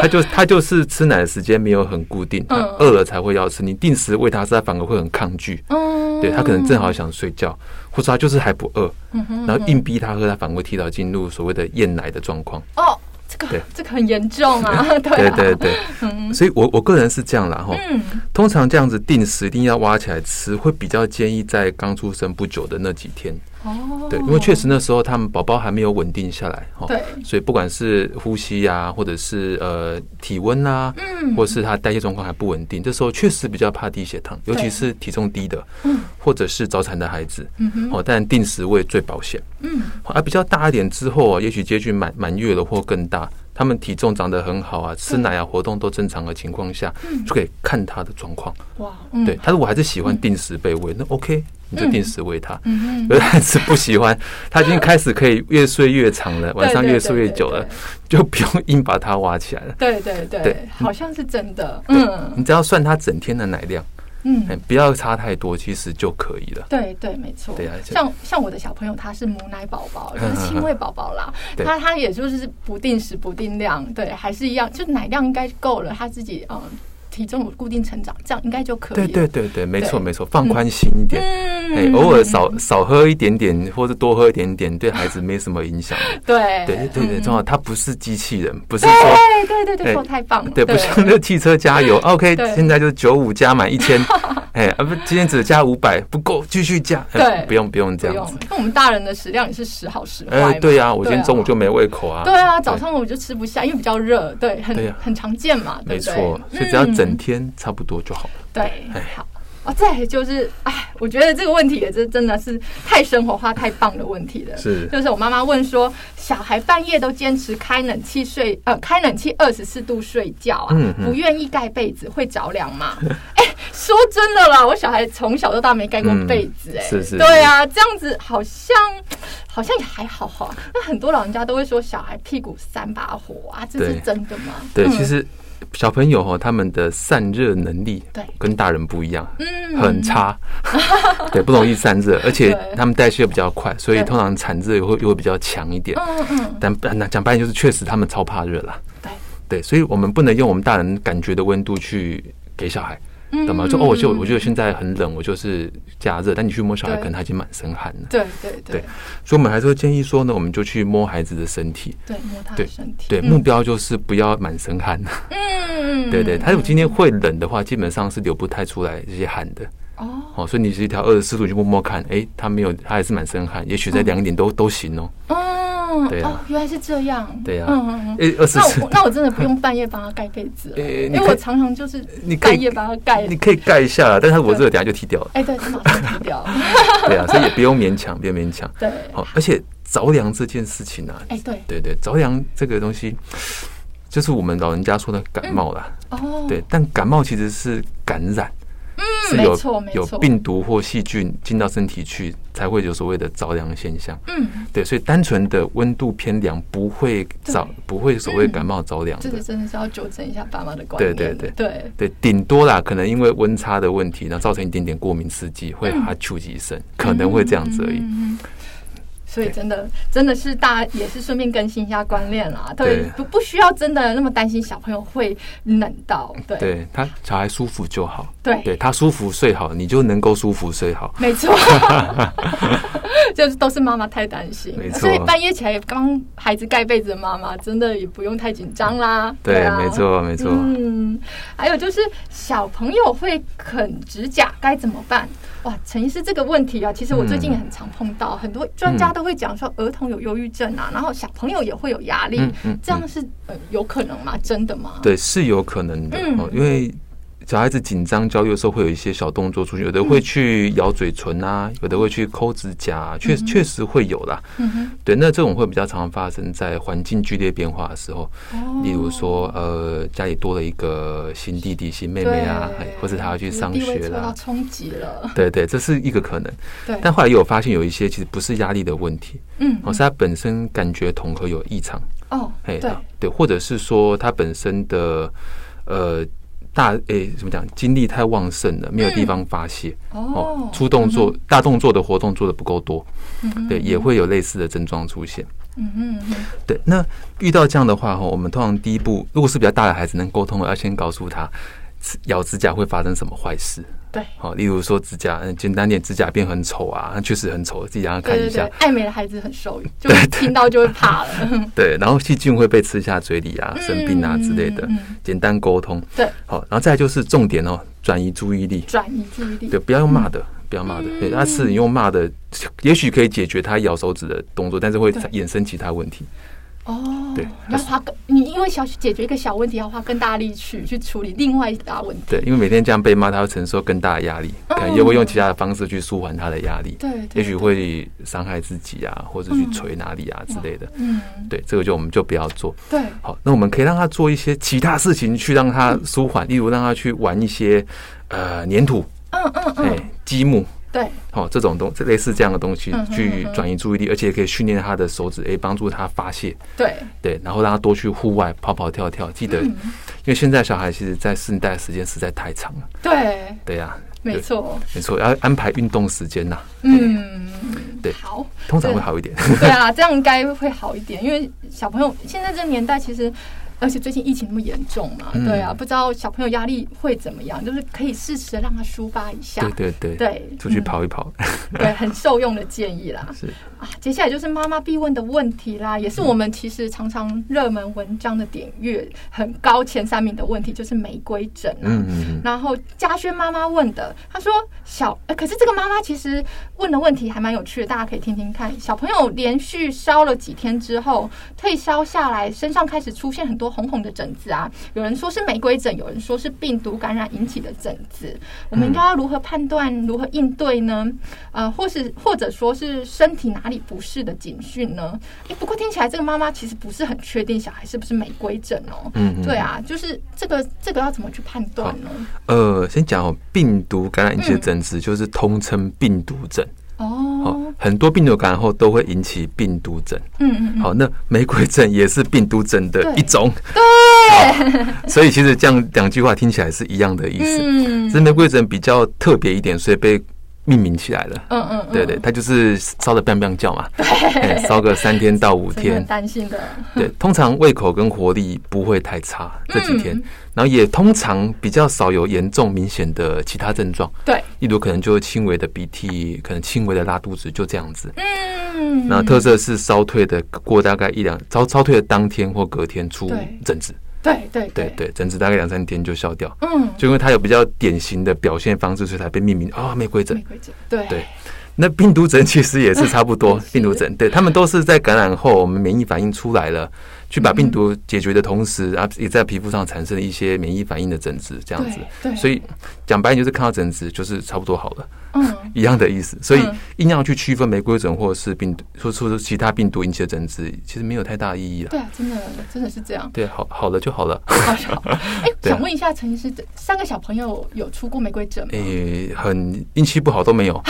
C: 他就他就是吃奶的时间没有很固定，他
B: 嗯
C: 饿了才会要吃，你定时喂他吃，他反而会很抗拒。
B: 嗯，
C: 对他可能正好想睡觉，或者他就是还不饿，
B: 嗯
C: 然后硬逼他喝，他反而会提早进入所谓的厌奶的状况。
B: 哦，这个
C: 对
B: 这个很严重 啊，对
C: 对
B: 啊，
C: 对 对，所以我我个人是这样啦哈。
B: 嗯，
C: 通常这样子定时一定要挖起来吃，会比较建议在刚出生不久的那几天。
B: 哦，
C: 对，因为确实那时候他们宝宝还没有稳定下来哈
B: 对
C: 所以不管是呼吸呀、或者是呃体温啊，
B: 嗯
C: 或是他代谢状况还不稳定，这时候确实比较怕低血糖，尤
B: 对
C: 其是体重低的，或者是早产的孩子，
B: 嗯哼
C: 哦，但定时喂最保险。
B: 嗯，
C: 啊，比较大一点之后啊，也许接近满满月了或更大，他们体重长得很好啊，吃奶啊活动都正常的情况下，就可以看他的状况。
B: 哇，嗯
C: 对，他如果还是喜欢定时被喂，那 OK，你就定时喂他。
B: 嗯
C: 有的孩子不喜欢，他已经开始可以越睡越长了，晚上
B: 对对
C: 越睡越久了，就不用硬把它挖起来了。
B: 对对对对
C: 对，
B: 好像是真的，嗯
C: 你只要算他整天的奶量，
B: 嗯。
C: 哎不要差太多，其实就可以了。
B: 对对，没错。
C: 对啊就
B: 像像我的小朋友，他是母奶宝宝，就是 亲喂宝宝啦。
C: 对
B: 他他也就是不定时不定量，对，还是一样，就奶量应该够了，他自己嗯体重有固定成长，这样应该就可以
C: 对
B: 了。
C: 对对对，没
B: 对
C: 错没错，放宽心一点。
B: 嗯，
C: 哎、偶尔少少喝一点点，或者多喝一点点，对孩子没什么影响。
B: 对嗯
C: 对对对，重要，它不是机器人，不是说
B: 对对对对，
C: 哎
B: 说得太棒了，
C: 对，不像那汽车加油。OK，
B: 对
C: 现在就是九五加满一千，哎，啊不，今天只加五百不够，继续加。哎
B: 对
C: 不用不用
B: 不
C: 这样
B: 用
C: 子。，
B: 因为我们大人的食量也是时好时坏嘛。
C: 哎，对呀，我今天
B: 对啊
C: 中午就没胃口啊。
B: 对啊，早上我就吃不下，因为比较热，对，很
C: 对啊
B: 很常见嘛，对
C: 没
B: 不对？
C: 错，所以只要整
B: 嗯
C: 天差不多就好了。
B: 对
C: 哎，
B: 好。啊，再来就是，哎，我觉得这个问题也是真的是太生活化、太棒的问题了。
C: 是
B: 就是我妈妈问说，小孩半夜都坚持开冷气睡，呃，开冷气二十四度睡觉啊，
C: 嗯嗯
B: 不愿意盖被子会着凉吗？ 哎、说真的啦，我小孩从小到大没盖过被子、
C: 嗯
B: 哎、
C: 是是
B: 对啊，这样子好像好像也还好哈。那很多老人家都会说，小孩屁股三把火啊，这是
C: 对
B: 真的吗？
C: 对，
B: 嗯
C: 其实小朋友哈，他们的散热能力
B: 对
C: 跟大人不一样，
B: 嗯
C: 很差，对，不容易散热，而且
B: 对
C: 他们代谢比较快，所以
B: 对
C: 通常产热也会又会比较强一点。
B: 嗯嗯，
C: 但那讲白点就是，确实他们超怕热啦。
B: 对。
C: 对，所以我们不能用我们大人感觉的温度去给小孩，
B: 嗯
C: 懂吗？就哦，我就我觉得现在很冷，我就是加热，但你去摸小孩，
B: 对
C: 可能他已经满身汗了。
B: 对对对
C: 对所以我们还是会建议说呢，我们就去摸孩子的身体。
B: 对，摸他的
C: 对
B: 身体。
C: 对，目标就是不要满身汗。
B: 嗯，
C: 对对，他如果今天会冷的话，基本上是流不太出来这些汗的。
B: 哦，
C: 哦，所以你是一条二十四度，你去摸摸看，哎，他没有，他还是满身汗，也许再凉一点都都行哦。
B: 哦，
C: 对
B: 哦
C: 啊，
B: 原来是这样，
C: 对呀
B: 嗯嗯嗯。
C: 哎，二十
B: 那
C: 四
B: 我，那我真的不用半夜帮他盖被 子了，
C: 哎
B: 因为
C: 你可以
B: 我常常就是
C: 你可
B: 半
C: 以
B: 夜帮他盖，
C: 你可以盖一下啦，但是它我热等下就踢掉了。
B: 哎，对，他马上停 掉，
C: 对啊，所以也不用勉强，不用勉强。
B: 对，
C: 好，而且着凉这件事情啊，
B: 哎对，
C: 对对，着凉这个东西，就是我们老人家说的感冒啦。
B: 哦，
C: 对，但感冒其实是感染，
B: 嗯
C: 是
B: 没
C: 有
B: 错没
C: 有
B: 错，
C: 病毒或细菌进到身体去，才会有所谓的着凉现象。
B: 嗯，
C: 对，所以单纯的温度偏凉不会
B: 对，
C: 着
B: 嗯
C: 不会所谓感冒着凉
B: 这
C: 的。
B: 个真的是要纠正一下爸妈的观念，
C: 对对对
B: 对，
C: 对，顶多啦，可能因为温差的问题，然后造成一点点过敏刺激，会哈啾几声，可能会这样子而
B: 嗯
C: 已。
B: 嗯嗯嗯嗯所以
C: 对
B: 真的真的是大家也是顺便更新一下观念啦，对
C: 对，
B: 不不需要真的那么担心小朋友会冷到，对
C: 对他小孩舒服就好，
B: 对
C: 对他舒服睡好，你就能够舒服睡好。
B: 没 错，就是都是妈妈太担心，
C: 没错
B: 所以半夜起来帮孩子盖被子的妈妈，真的也不用太紧张啦。
C: 对，
B: 啊
C: 没。错，没错。
B: 嗯，还有就是小朋友会啃指甲该怎么办？哇，陈医师这个问题啊，其实我最近也很常碰
C: 嗯
B: 到，很多专家都会讲说儿童有忧郁症啊，然后小朋友也会有压力，
C: 嗯嗯
B: 这样是呃有可能吗？真的吗？
C: 对，是有可能的，
B: 嗯
C: 哦，因为小孩子紧张、焦虑的时候会有一些小动作出现，有的
B: 嗯
C: 会去咬嘴唇啊，有的会去抠指甲、啊，确确实会有啦。
B: 嗯哼，
C: 对，那这种会比较常发生在环境剧烈变化的时候，
B: 哦
C: 例如说，呃，家里多了一个新弟弟、新妹妹啊，
B: 对
C: 哎或者他要去上
B: 地位
C: 学
B: 受到
C: 啦。
B: 冲击了，
C: 对对，这是一个可能。
B: 对，
C: 但后来也有发现，有一些其实不是压力的问题，
B: 嗯
C: 哦，是他本身感觉统合有异常，
B: 哦，
C: 哎，
B: 对，
C: 对，或者是说他本身的呃大诶、怎么讲，精力太旺盛了，没有地方发泄，
B: 嗯哦，
C: 出动作、大动作的活动做的不够多，
B: 嗯哼
C: 对，也会有类似的症状出现。
B: 嗯哼嗯哼，
C: 对，那遇到这样的话哈，我们通常第一步，如果是比较大的孩子能沟通的，要先告诉他吃咬指甲会发生什么坏事。
B: 对。
C: 好，例如说指甲，嗯，简单点，指甲变很丑啊，那确实很丑，自己让他看
B: 对对
C: 一下
B: 对。，爱美的孩子很 瘦，就听到就会怕了。
C: 对，然后细菌会被吃下嘴里啊，
B: 嗯
C: 生病啊之类的
B: 嗯嗯，
C: 简单沟通。
B: 对，
C: 好，然后再来就是重点哦，转移注意力，
B: 转移注意力
C: 对，。不要用骂的，
B: 嗯
C: 不要骂的，对，那是你用骂的，也许可以解决他咬手指的动作，但是会
B: 对
C: 衍生其他问题。
B: 哦，
C: 对
B: 你要花更，你因为小解决一个小问题，要花更大力去去处理另外一大问题。
C: 对，因为每天这样被骂，他会承受更大的压力，
B: 嗯
C: 可能又会用其他的方式去舒缓他的压力，
B: 对对
C: 也许会伤害自己啊，或者去捶哪里啊之类的。
B: 嗯，
C: 对，这个就我们就不要做。
B: 对，
C: 好，那我们可以让他做一些其他事情去让他舒缓，例如让他去玩一些呃粘土，
B: 嗯嗯
C: 哎、
B: 嗯，
C: 积木，
B: 对，
C: 好、这种东这类似这样的东西
B: 嗯哼嗯
C: 去
B: 哼
C: 转移注意力，而且也可以训练他的手指，哎、帮助他发泄。
B: 对，
C: 对，然后让他多去户外跑跑跳跳，记得，
B: 嗯
C: 因为现在小孩其实在室内待的时间实在太长了。
B: 对，
C: 对呀、
B: 没错。
C: 没错，要安排运动时间呐、
B: 嗯，
C: 对
B: 好，
C: 通常会好一点。
B: 对啊，这样应该会好一点，因为小朋友现在这个年代其实。而且最近疫情那么严重嘛，
C: 嗯
B: 对啊，不知道小朋友压力会怎么样，就是可以适时的让他抒发一下
C: 对，对对，
B: 对
C: 出去
B: 嗯
C: 跑一跑，
B: 对，很受用的建议啦。
C: 是
B: 啊，接下来就是妈妈必问的问题啦，也是
C: 嗯
B: 我们其实常常热门文章的点阅很高前三名的问题，就是玫瑰疹啊。
C: 嗯嗯嗯。
B: 然后嘉轩妈妈问的，她说小，呃可是这个妈妈其实问的问题还蛮有趣的，大家可以听听看。小朋友连续烧了几天之后，退烧下来，身上开始出现很多红红的疹子啊，有人说是玫瑰疹，有人说是病毒感染引起的疹子。我
C: 嗯
B: 们应该要如何判断，如何应对呢？呃，或是或者说是身体哪里不适的警讯呢？诶，不过听起来这个妈妈其实不是很确定小孩是不是玫瑰疹哦。
C: 嗯嗯
B: 对啊，就是这个这个要怎么去判断呢？
C: 呃，先讲哦，病毒感染引起的疹子就是通称病毒疹。
B: 哦
C: 哦，，很多病毒感染后都会引起病毒疹。
B: 嗯嗯嗯，
C: 好，那玫瑰疹也是病毒疹的一种。 对， 所以其实这样两句话听起来是一样的意思，
B: 嗯
C: 只是玫瑰疹比较特别一点，所以被命名起来了。
B: 嗯嗯，
C: 对对，它就是烧的 bang bang 叫嘛，哎烧个三天到五
B: 真的
C: 天
B: 很，担心的，
C: 对，通常胃口跟活力不会太差这几天，
B: 嗯
C: 然后也通常比较少有严重明显的其他症状，
B: 对，
C: 例如可能就轻微的鼻涕，可能轻微的拉肚子，就这样子。
B: 嗯，
C: 然后特色是烧退的过大概一两烧烧退的当天或隔天出
B: 对
C: 疹子，
B: 对对
C: 对
B: 对，
C: 对，疹子大概两三天就消掉，
B: 嗯，
C: 就因为它有比较典型的表现方式，所以才被命名啊、玫瑰疹
B: 玫。瑰疹，对
C: 对那病毒疹其实也是差不多
B: 也是，
C: 病毒疹对他们都是在感染后，我们免疫反应出来了，去把病毒
B: 嗯
C: 解决的同时啊，也在皮肤上产生了一些免疫反应的疹子，这样子。
B: 对，
C: 所
B: 以
C: 以讲白，就是看到疹子就是差不多好了，
B: 嗯
C: 一样的意思。所以
B: 嗯
C: 硬要去区分玫瑰疹或者是病毒，说出其他病毒引起的疹子，其实没有太大意义了。
B: 对啊，真的真的是这样。
C: 对，好好了就好了。
B: 好 笑。哎，
C: 对啊
B: 想问一下陈医师，这三个小朋友有出过玫瑰疹吗？
C: 诶、很运气不好都没有。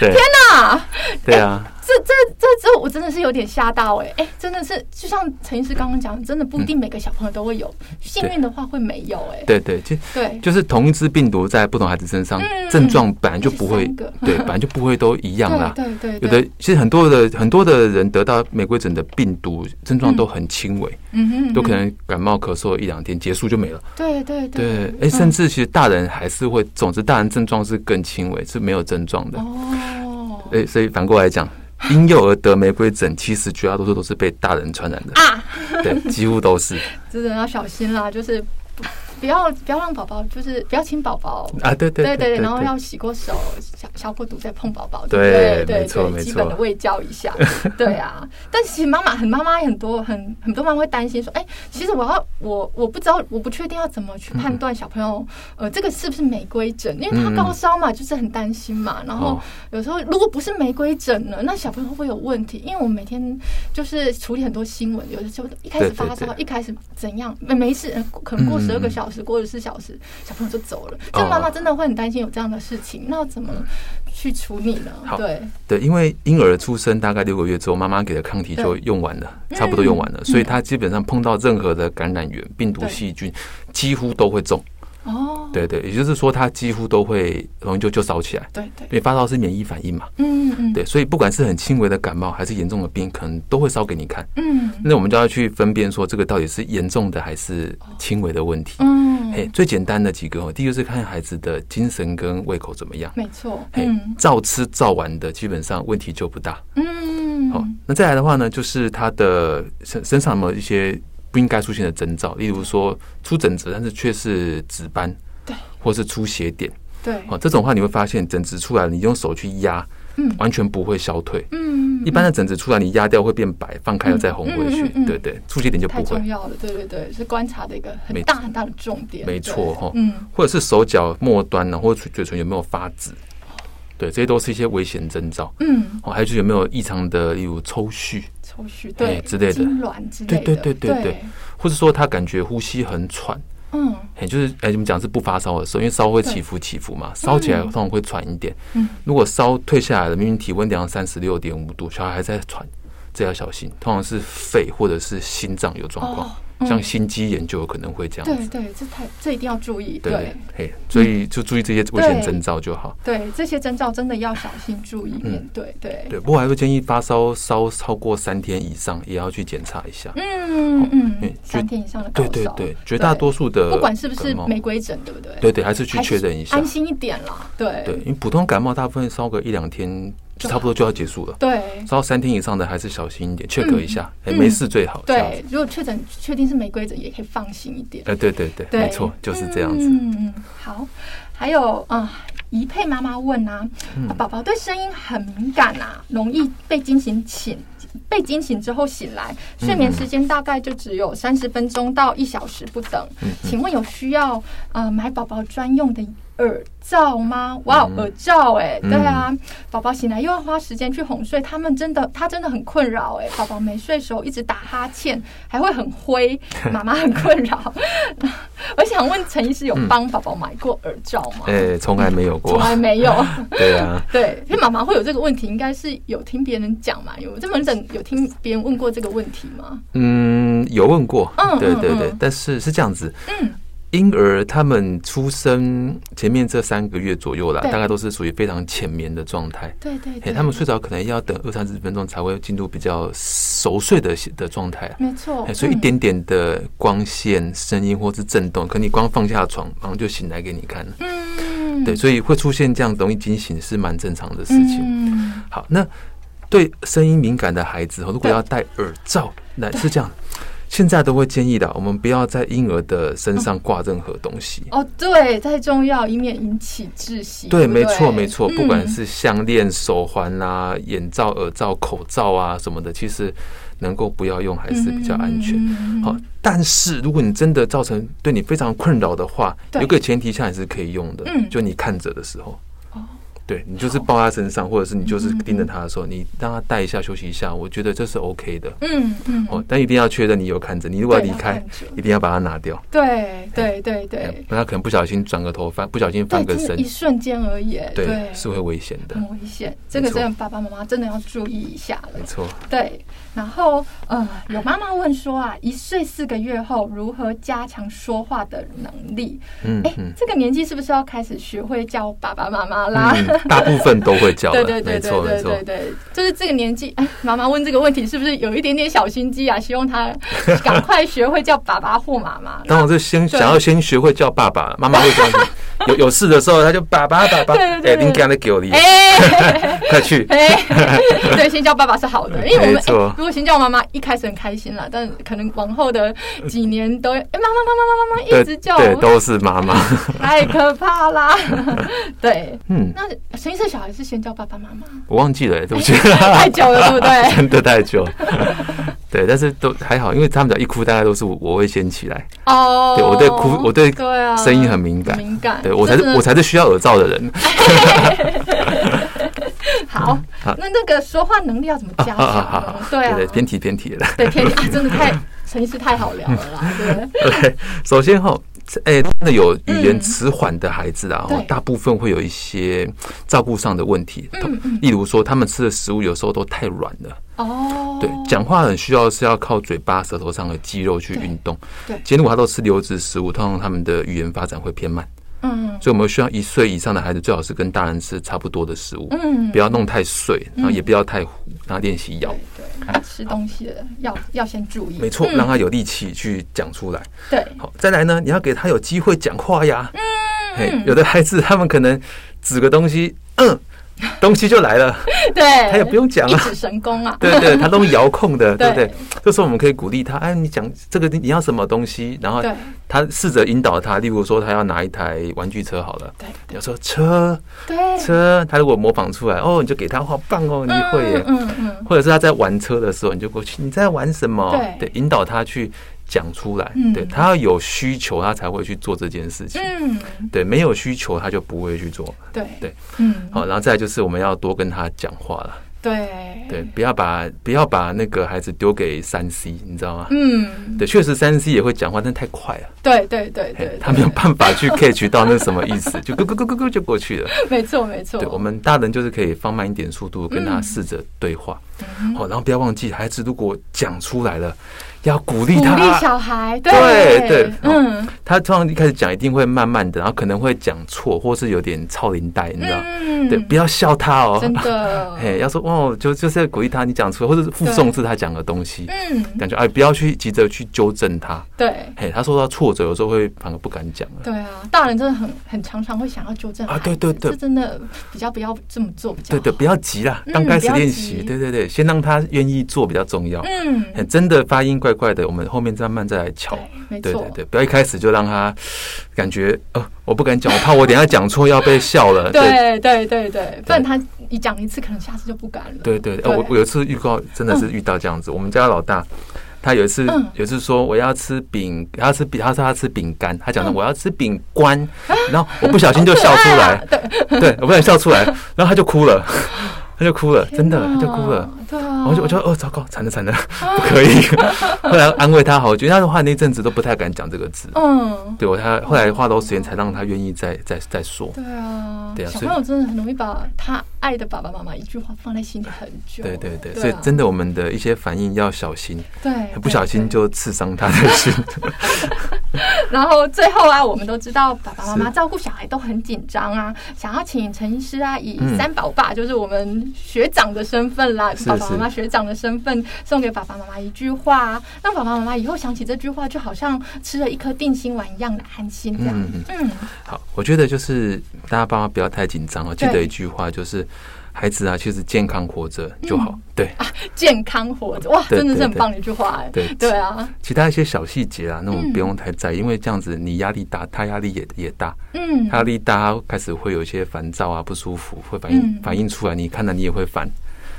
C: 对，天
B: 哪！哎
C: 对啊，
B: 这这这这，我真的是有点吓到哎、哎、真的是就像陈医师刚刚讲，真的不一
C: 嗯
B: 定每个小朋友都会有，幸运的话会没有哎、
C: 对对，其实
B: 对
C: 就是同一只病毒在不同孩子身上，
B: 嗯
C: 症状本来就不
B: 而且
C: 会
B: 三个
C: 对，本来就不会都一样啦。
B: 对对对，
C: 有的其实很多的很多的人得到玫瑰疹的病毒症状都很轻微，
B: 嗯哼嗯哼
C: 都可能感冒咳嗽一两天结束就没了。
B: 对对嗯
C: 对，哎，甚至其实大人还是会，总之大人症状是更轻微，是没有症状的。
B: 哦
C: 哎，所以反过来讲，婴幼儿得玫瑰疹，其实绝大多数都是被大人传染的，
B: 啊，
C: 对，几乎都是
B: 真的要小心啦，就是 不不要不要让宝宝就是不要亲宝宝。
C: 啊，对对
B: 对对
C: 对，
B: 然后要洗过手，消消过毒再碰宝宝，
C: 对
B: 对不
C: 没
B: 对
C: 错
B: 对
C: 没
B: 对，基本
C: 错
B: 的喂教一 下，对啊。但其实妈妈很妈妈很多很很多妈妈会担心说，哎，其实我要我我不知道，我不确定要怎么去判断小朋友，呃，这个是不是玫瑰疹，因为他
C: 嗯嗯嗯
B: 高烧嘛，就是很担心嘛。然后
C: 哦
B: 有时候如果不是玫瑰疹呢，那小朋友会不会有问题？因为我每天就是处理很多新闻，有的时候一开始
C: 对对
B: 发烧
C: 对，
B: 一开始怎样没没事，呃可能过
C: 嗯嗯
B: 十二个
C: 嗯
B: 小时，过了四小时，小朋友就走了。
C: 哦
B: 这妈妈真的会很担心有这样的事情，那要怎么去处理呢？
C: 好
B: 对，
C: 对，因为婴儿出生大概六个月之后，妈妈给的抗体就
B: 对嗯
C: 用完了，差不多用完了，所以他基本上碰到任何的感染源、病毒、细菌，几乎都会中。
B: 哦，
C: 对对，也就是说，他几乎都会容易就就烧起来，
B: 对对
C: 因，为发烧是免疫反应嘛。
B: 嗯嗯
C: 对，所以不管是很轻微的感冒还是严重的病，可能都会烧给你看。
B: 嗯
C: 那我们就要去分辨说，这个到底是严重的还是轻微的问题。嘿，
B: 嗯，
C: 最简单的几个哦，第一个是看孩子的精神跟胃口怎么样。
B: 没错，
C: 嘿
B: 嗯，
C: 照吃照玩的，基本上问题就不大。
B: 嗯，
C: 好，那再来的话呢，就是他的身身上有没有一些不应该出现的征兆，例如说出疹子，但是却是紫斑，
B: 对，
C: 或是出血点，
B: 对，
C: 哦，这种话你会发现疹子出来，你用手去压，
B: 嗯
C: 完全不会消退。
B: 嗯，
C: 一般的疹子出来，你压掉会变白，放开了再红回去
B: 嗯嗯嗯，嗯
C: 对对，出血点就
B: 太
C: 不会
B: 重，要了，对对对，是观察的一个很
C: 没
B: 大很大的重点，
C: 没
B: 对
C: 错哈
B: 嗯。
C: 或者是手脚末端啊呢，或者嘴唇有没有发紫，
B: 哦
C: 对，这些都是一些危险征兆。
B: 嗯，
C: 哦，还有就是有没有异常的，例如抽搐，
B: 抽搐对
C: 哎之类的
B: 痉挛之类的，
C: 对对对对
B: 对
C: 对，或是说他感觉呼吸很喘，
B: 嗯
C: 哎，就是哎，你们讲是不发烧的时候，因为烧会
B: 对
C: 起伏起伏嘛，烧起来通常会喘一点。
B: 嗯，
C: 如果烧退下来了，明明体温量三十六点五度，小孩还在喘，这要小心。通常是肺或者是心脏有状况
B: 哦。，
C: 像心肌炎就有可能会这样
B: 对
C: 子。
B: 对，这太这一定要注意。
C: 对
B: 对，嗯
C: 嘿，所以就注意这些危险征兆就好。
B: 对，这些征兆真的要小心注意面对。对，
C: 嗯对，不过还会建议发烧烧超过三天以上也要去检查一下。
B: 嗯
C: 嗯
B: 嗯，三天以上的高
C: 对
B: 烧，
C: 对对，绝大多数的
B: 不管是不是
C: 感冒
B: 玫瑰疹，对不对？
C: 对对，还是去
B: 还是
C: 确认一下
B: 安。心一点啦。对
C: 对，因为普通感冒大部分烧个一两天，
B: 就
C: 差不多就要结束了。
B: 对
C: 烧三天以上的还是小心一点，check 一下，哎，没事最好。这样子
B: 嗯对，如果确诊确定是玫瑰疹，也可以放心一点。
C: 哎，对对对，
B: 对，
C: 没错，就是这样子。
B: 嗯嗯，好，还有啊。怡佩妈妈问啊，
C: 嗯
B: 啊宝宝对声音很敏感啊，容易被惊醒醒，被惊醒之后醒来，
C: 嗯
B: 睡眠时间大概就只有三十分钟到一小时不等。
C: 嗯
B: 请问有需要呃买宝宝专用的耳罩吗？哇，耳罩哎、
C: 嗯
B: 对啊，宝宝醒来又要花时间去哄睡，他们真的他真的很困扰哎、宝宝没睡熟，一直打哈欠，还会很 灰，妈妈很困扰。我想问陈医师，有帮宝宝买过耳罩吗？
C: 嗯哎，从来没有
B: 从
C: 过。
B: 来没 有。
C: 对啊，
B: 对，因为妈妈会有这个问题，应该是有听别人讲嘛？有在门诊有听别人问过这个问题吗？
C: 嗯，有问过
B: 嗯，
C: 对
B: 嗯
C: 对对
B: 嗯，
C: 但是是这样子，
B: 嗯，
C: 婴儿他们出生前面这三个月左右啦，
B: 对嗯
C: 大概都是属于非常浅眠的状态。
B: 对对
C: 嘿，
B: 对，
C: 哎他们睡着可能要等二三十分钟才会进入比较熟睡的的状态啊。
B: 没错
C: 哎，，所以一点点的光线、声音或是震动，可你光放下床，马上就醒来给你看了。
B: 嗯，嗯，
C: 对，所以会出现这样容易惊醒是蛮正常的事情。
B: 嗯，
C: 好，那对声音敏感的孩子，如果
B: 对
C: 要戴耳罩，那是这样。现在都会建议的，我们不要在婴儿的身上挂任何东西。
B: 哦，对，太重要，以免引起窒息。
C: 对，
B: 不
C: 没错，没错，不管
B: 嗯
C: 是项链、手环啊、眼罩、耳罩、口罩啊什么的，其实能够不要用还是比较安全。
B: 嗯
C: 好，但是如果你真的造成对你非常困扰的话，
B: 对
C: 有个前提下你是可以用的，
B: 嗯
C: 就你看着的时候
B: 哦。嗯
C: 对你就是抱他身上，或者是你就是盯着他的时候，你让他带一下休息一下，我觉得这是 OK 的
B: 嗯嗯，
C: 哦。但一定要确认你有看着，你如果要离开
B: 对要看着，
C: 一定要把它拿掉，
B: 对对对对
C: 哎，不然他可能不小心转个头翻，不小心翻
B: 对，
C: 个
B: 真的
C: 身
B: 一，嗯瞬间而已，
C: 对，是会危险的，
B: 很危险，这个
C: 没错
B: 真的爸爸妈妈真的要注意一下了
C: 没。错。
B: 对，然后呃，有妈妈问说啊，一岁四个月后如何加强说话的能力？
C: 嗯
B: 哎、
C: 嗯
B: 这个年纪是不是要开始学会叫爸爸妈妈啦？
C: 嗯，大部分都会叫
B: 对
C: 的，
B: 对对
C: 没
B: 对
C: 错没
B: 对
C: 错
B: 对。对，就是这个年纪，哎，妈妈问这个问题是不是有一点点小心机啊？希望他赶快学会叫爸爸或妈妈。
C: 当然是先
B: 对
C: 想要先学会叫爸爸，妈妈会这样子。有有事的时候，他就爸爸爸爸，
B: 对对对
C: 哎，你赶快给我力，
B: 哎
C: 快去。
B: 哎， 对，先叫爸爸是好的，因为我
C: 没
B: 们、哎
C: 错
B: 如果先叫妈妈，一开始很开心啦，但可能往后的几年都哎妈妈妈妈妈妈妈一直叫，
C: 对，都是妈妈。
B: 太可怕啦！ 对，
C: 嗯，
B: 那谁是小孩是先叫爸爸妈 妈，
C: 我忘记了，对不起，
B: 太久了，对不对？
C: 真的太久了。 对，但是都还好，因为他们只要一哭，大概都是我我会先起来，
B: 哦，
C: 对我对哭我对
B: 对啊，
C: 声音很敏感。
B: 敏感，
C: 对我才
B: 这
C: 是
B: 真的
C: 我才是需要耳罩的人。
B: 好
C: 好。
B: 那那个说话能力要怎么加强呢？对啊
C: 对，偏题偏题了。
B: 对天啊，真的太陈医师太好聊了啦，对，
C: 对，首先哈，哎、真的有语言
B: 嗯
C: 迟缓的孩子啊，
B: 对嗯
C: 大部分会有一些照顾上的问题，例如说他们吃的食物有时候都太软了。
B: 哦，
C: 对，讲话很需要是要靠嘴巴、舌头上的肌肉去运动。
B: 对对
C: 今天如果他都吃流质食物，通常他们的语言发展会偏慢，
B: 嗯
C: 所以我们需要一岁以上的孩子最好是跟大人吃差不多的食物，
B: 嗯，
C: 不要弄太碎，然后也不要太糊，然后练习咬
B: 对。对，吃东西的要要先注意，
C: 没错，
B: 嗯
C: 让他有力气去讲出来。
B: 对，
C: 好，再来呢，你要给他有机会讲话呀。嗯，有的孩子他们可能指个东西，嗯，东西就来了，
B: 对，
C: 他也不用讲
B: 一
C: 啊。
B: 指神功啊，
C: 对对，他都用遥控的，对不对
B: 对？
C: 这时候我们可以鼓励他，哎，你讲这个你要什么东西，然后
B: 对
C: 他试着引导他，例如说他要拿一台玩具车好了，
B: 对
C: 你要说车
B: 对，
C: 车，他如果模仿出来，哦，你就给他，好棒哦，你会耶，
B: 嗯嗯
C: 或者是他在玩车的时候，你就过去，你在玩什么？
B: 对
C: 引导他去讲出来。
B: 嗯
C: 对他要有需求，他才会去做这件事情。
B: 嗯，
C: 对，没有需求他就不会去做。
B: 对
C: 对，
B: 嗯
C: 好，然后再来就是我们要多跟他讲话了。
B: 对
C: 对，不要把不要把那个孩子丢给三 C，你知道吗？
B: 嗯，
C: 对，确实三 C 也会讲话，但太快了，
B: 对对对
C: 嘿
B: 对，
C: 他没有办法去 catch 到那是什么意思，就咕咕咕咕咕就过去了。
B: 没错没错，
C: 对，我们大人就是可以放慢一点速度，跟他
B: 嗯
C: 试着对话。好、然后不要忘记，孩子如果讲出来了，要鼓励
B: 鼓
C: 他，
B: 励小孩，
C: 对对，嗯
B: 嗯，
C: 他通常一开始讲一定会慢慢的，然后可能会讲错，或是有点超龄带，你知道？
B: 嗯，
C: 对，不要笑他哦，
B: 真的，
C: 嘿，要说哦，就就是鼓励他，你讲错，或者是附送是他讲的东西，
B: 嗯，
C: 感觉哎，不要去急着去纠正他。
B: 对。
C: 嘿，他受到挫折，有时候会反而不敢讲了。
B: 对啊，大人真的很很常常会想要纠正
C: 啊
B: 孩
C: 对
B: 子
C: 对对
B: 这真的比较不要这么做比较
C: 对对，不要急啦，
B: 嗯
C: 刚开始
B: 不要
C: 练
B: 急
C: 习，对对对，先让他愿意做比较重要。
B: 嗯，
C: 嘿真的发音怪怪的，我们后面再慢慢再来瞧。
B: 没
C: 对
B: 错，
C: 对对，不要一开始就让他感觉呃，我不敢讲，我怕我等一下讲错要被笑了。
B: 对对对对，不然他一讲一次，可能下次就不敢了。
C: 对对对，呃我我有一次预告真的是遇到这样子，我们家老大。他有一次
B: 嗯，
C: 有一次说我要吃饼，他吃饼，他说他吃饼干，他讲的我要吃饼干，然后我不小心就笑出来，对，我不小心笑出来，然后他就哭了，他就哭了，真的
B: 天哪
C: 他就哭了，。
B: 对啊，
C: 然后我就我就哦糟糕，惨了惨了，不可以。后来安慰他好久，因为他的话那阵子都不太敢讲这个字，
B: 嗯，
C: 对我他后来花多时间才让他愿意再再再说。
B: 对啊，
C: 对啊
B: 小
C: 所以
B: 朋友真的很容易把他爱的爸爸妈妈一句话放在心里很久。
C: 对对对，
B: 啊
C: 所以真的我们的一些反应要小心，
B: 对，
C: 不小心
B: 对
C: 就刺伤他的 心。
B: 然后最后啊，我们都知道爸爸妈妈
C: 是
B: 照顾小孩都很紧张啊，想要请陈医师啊，以
C: 嗯
B: 三宝爸、就是我们学长的身份啦，
C: 是
B: 爸爸妈妈
C: 是
B: 学长的身份送给爸爸妈妈一句话、啊，让爸爸妈妈以后想起这句话，就好像吃了一颗定心丸一样的安心这样。
C: 嗯
B: 嗯，
C: 好，我觉得就是大家爸妈不要太紧张哦，记得
B: 对
C: 一句话就是。孩子啊，其实健康活着就好。
B: 嗯
C: 对
B: 啊健康活着，哇，
C: 对
B: 真的是很
C: 对
B: 棒的一句话、哎。
C: 对
B: 对啊，
C: 其他一些小细节啊，那种
B: 嗯
C: 不用太在意，因为这样子你压力大，他压力也也大，
B: 嗯，
C: 他压力大，他开始会有一些烦躁啊、不舒服，会反映
B: 嗯
C: 反映出来。你看到你也会烦，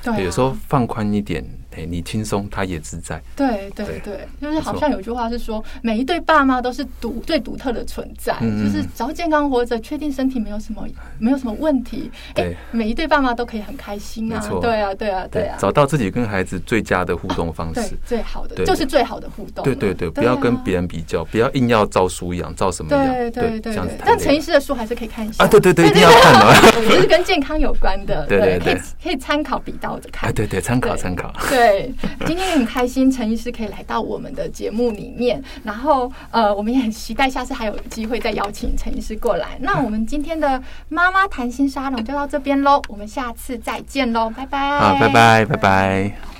B: 对啊、
C: 对有时候放宽一点，哎，你轻松，他也自在。
B: 对对
C: 对
B: 对，就是好像有句话是说，每一对爸妈都是独最独特的存在，
C: 嗯嗯
B: 就是只要健康活着，确定身体没有什么没有什么问题，哎、
C: 对
B: 每一对爸妈都可以很开心啊
C: 没错，
B: 对啊，对啊，对啊，啊
C: 找到自己跟孩子最佳的互动方
B: 对
C: 式。
B: 最好的
C: 对
B: 就是最好的互动了，
C: 对对对，不啊要跟别
B: 人。
C: 人比较，不要硬要照书一样，照什么样？
B: 对对
C: 这
B: 对
C: 样子
B: 对，
C: 太
B: 但陈
C: 累
B: 医
C: 了。
B: 师的书还是可以看一下
C: 啊，对对对，一定要看哦。
B: 对就是跟健康有关的，
C: 对对对
B: 可以可以参考比较着看
C: 哎，。对对，参考
B: 对
C: 参考。
B: 对，今天也很开心，陈医师可以来到我们的节目里面，然后呃，我们也很期待下次还有机会再邀请陈医师过来。那我们今天的妈妈谈心沙龙就到这边喽，我们下次再见喽，拜拜。
C: 好，拜。拜，拜拜。